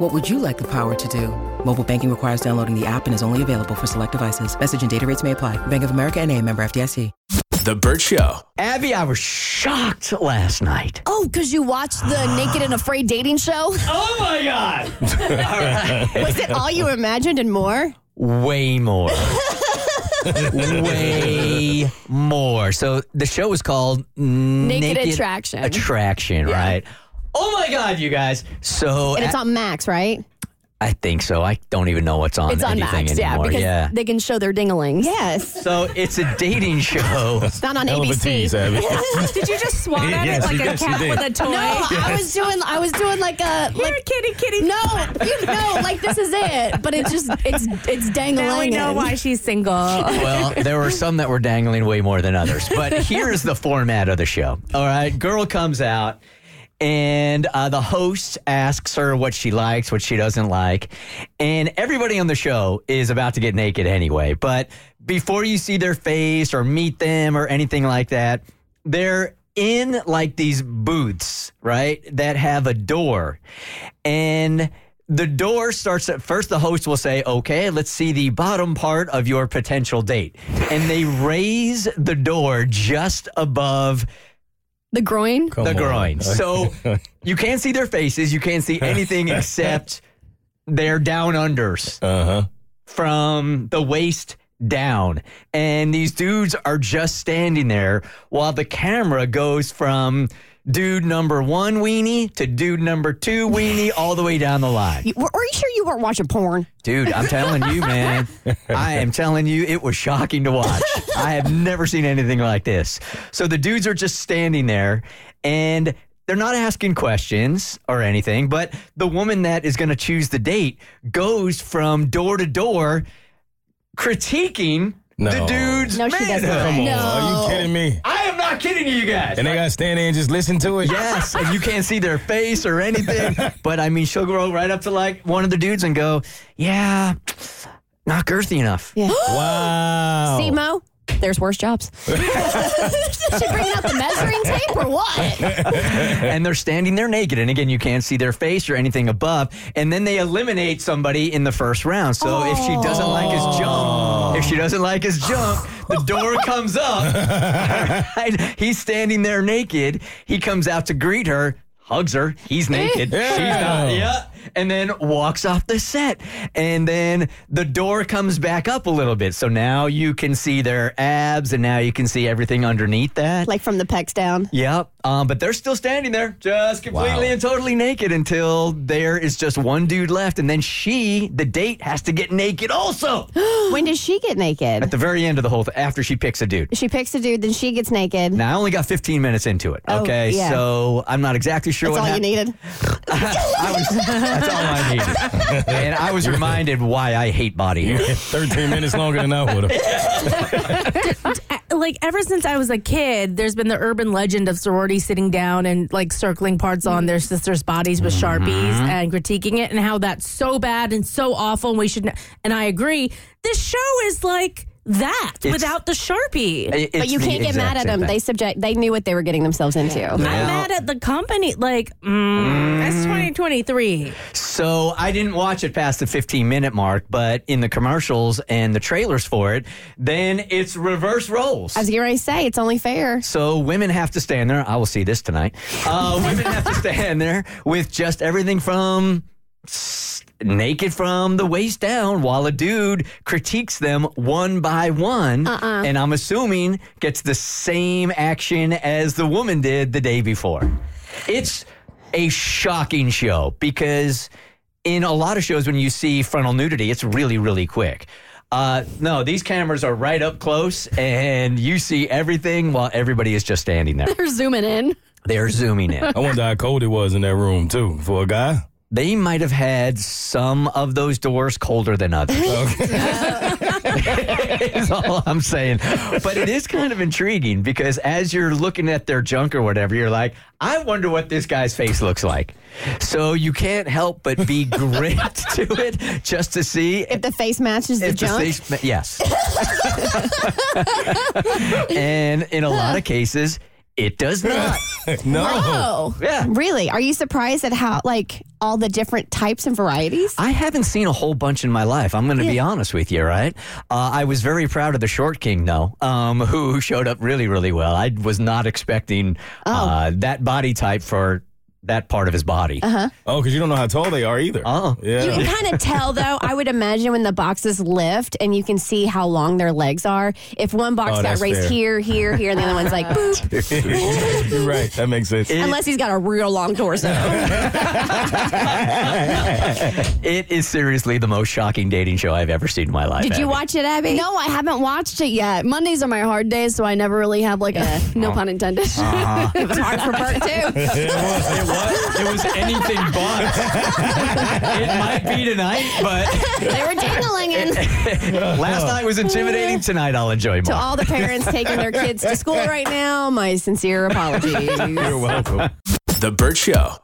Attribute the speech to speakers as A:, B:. A: What would you like the power to do? Mobile banking requires downloading the app and is only available for select devices. Message and data rates may apply. Bank of America and a member FDIC.
B: The Burt Show.
C: Abby, I was shocked last night.
D: Oh, because you watched the Naked and Afraid dating show?
C: Oh my God!
D: Was it all you imagined and more?
C: Way more. Way more. So the show was called Naked,
D: Attraction.
C: Attraction, right? Oh my God, you guys. So
D: And it's on Max, right?
C: I think so. I don't even know what's on
D: It's on
C: anything
D: Max, yeah,
C: anymore.
D: because
C: yeah.
D: they can show their dinglings. Yes.
C: so it's a dating show.
D: It's not on
B: Hell of a tease,
D: ABC.
B: Abby.
E: Did you just swat at
B: Yes,
E: it like
B: yes,
E: a
B: you
E: cat
B: did.
E: with a toy?
D: No, I was doing I was doing like a
E: Here,
D: like
E: kitty, kitty.
D: No, you know, like this is it. But it's just it's it's dangling.
E: Now I know why she's single.
C: Well, there were some that were dangling way more than others. But here's the format of the show. All right, girl comes out, and uh, the host asks her what she likes, what she doesn't like. And everybody on the show is about to get naked anyway. But before you see their face or meet them or anything like that, they're in like these booths, right? That have a door. And the door starts at first the host will say okay let's see the bottom part of your potential date and they raise the door just above
D: The groin?
B: Come
C: the
B: on.
C: groin so you can't see their faces you can't see anything except their down unders
B: Uh-huh.
C: from the waist down. And these dudes are just standing there while the camera goes from dude number one weenie to dude number two weenie all the way down the line.
D: You- were, are you sure you weren't watching porn?
C: Dude, I'm telling you, man. I am telling you, it was shocking to watch. I have never seen anything like this. So the dudes are just standing there and they're not asking questions or anything, but the woman that is going to choose the date goes from door to door critiquing the
B: No.
C: dude's
D: No, she
C: manhood.
D: doesn't.
B: Come on.
D: No.
B: Oh, Are you kidding me?
C: I am not kidding you guys.
B: And they got to stand there and just listen to it?
C: Yes, and you can't see their face or anything. But I mean, she'll go right up to like one of the dudes and go, "Yeah, not girthy enough."
D: Yeah.
B: Wow.
D: See, Mo, there's worse jobs. Should bring out the measuring tape or what?
C: And they're standing there naked, and again, you can't see their face or anything above. And then they eliminate somebody in the first round. So if she doesn't like his jump, if she doesn't like his jump, the door comes up. Right? He's standing there naked. He comes out to greet her. Hugs her. He's naked.
B: Ew.
C: She's not. Yeah. and then walks off the set. And then the door comes back up a little bit. So now you can see their abs and now you can see everything underneath that.
D: Like from the pecs down.
C: Yep. Um, but they're still standing there, just completely
B: Wow.
C: and totally naked until there is just one dude left. And then she, the date, has to get naked also
D: When does she get
C: at
D: naked?
C: the very end of the whole thing after she picks a dude.
D: She picks a dude, then she gets naked.
C: Now, I only got 15 minutes into it.
D: Oh,
C: Okay.
D: yeah.
C: So I'm not exactly sure
D: That's all
C: what
D: you
C: happened.
D: needed.
C: I was, that's all I needed. and I was reminded why I hate body hair.
B: 13 minutes longer than I would have.
E: like ever since I was a kid, there's been the urban legend of sororities sitting down and like circling parts on their sisters' bodies with sharpies and critiquing it, and how that's so bad and so awful. And we should. n- And I agree. This show is like that
C: It's-
E: without the sharpie.
C: It-
D: But
C: it's
D: you
C: the
D: can't get
C: exact
D: mad at
C: same
D: them.
C: thing.
D: They subject they knew what they were getting themselves into.
E: I'm
C: Now-
E: mad at the company. Like mm, that's 2023.
C: So I didn't watch it past the 15 minute mark, but in the commercials and the trailers for it, then it's reverse roles.
D: I was getting ready to say it's only fair.
C: so women have to stand there. I will see this tonight. Uh, women have to stand there with just everything from s- naked from the waist down while a dude critiques them one by one. And I'm assuming gets the same action as the woman did the day before. It's a shocking show because in a lot of shows when you see frontal nudity, it's really, really quick. Uh, no, these cameras are right up close and you see everything while everybody is just standing there.
D: They're zooming in.
C: They're zooming in.
B: I wonder how cold it was in that room too for a guy.
C: They might have had some of those doors colder than others. is all I'm saying. But it is kind of intriguing because as you're looking at their junk or whatever, you're like, I wonder what this guy's face looks like. So you can't help but be gripped to it just to see
F: If the face matches the
C: if the
F: junk.
C: face ma- yes. and in a lot of cases, it does not.
B: no.
D: Oh.
C: Yeah.
F: Really? Are you surprised at how like all the different types and varieties?
C: I haven't seen a whole bunch in my life. I'm going to be honest with you, right? Uh, I was very proud of the Short King, though, um, who showed up really, really well. I was not expecting
F: Oh.
C: uh, that body type for that part of his body. Uh-huh.
B: Oh, because you don't know how tall they are either.
C: Uh-uh.
B: Yeah.
F: You can kind of tell though. I would imagine when the boxes lift and you can see how long their legs are. If one box
B: Oh,
F: got
B: that's
F: raised
B: fair.
F: here, here, here, and the other one's like boop.
B: You're right. That makes sense.
F: Unless he's got a real long torso.
C: It is seriously the most shocking dating show I've ever seen in my life.
F: Did you
C: Abby.
F: watch it, Abby?
D: No, I haven't watched it yet. Mondays are my hard days, so I never really have like a no pun intended.
F: It was hard for Bert too.
C: It was, it was anything but. it might be tonight, but
D: they were dangling.
C: last night was intimidating. Tonight I'll enjoy more.
F: To all the parents taking their kids to school right now, my sincere apologies.
B: You're welcome.
G: The Burt Show.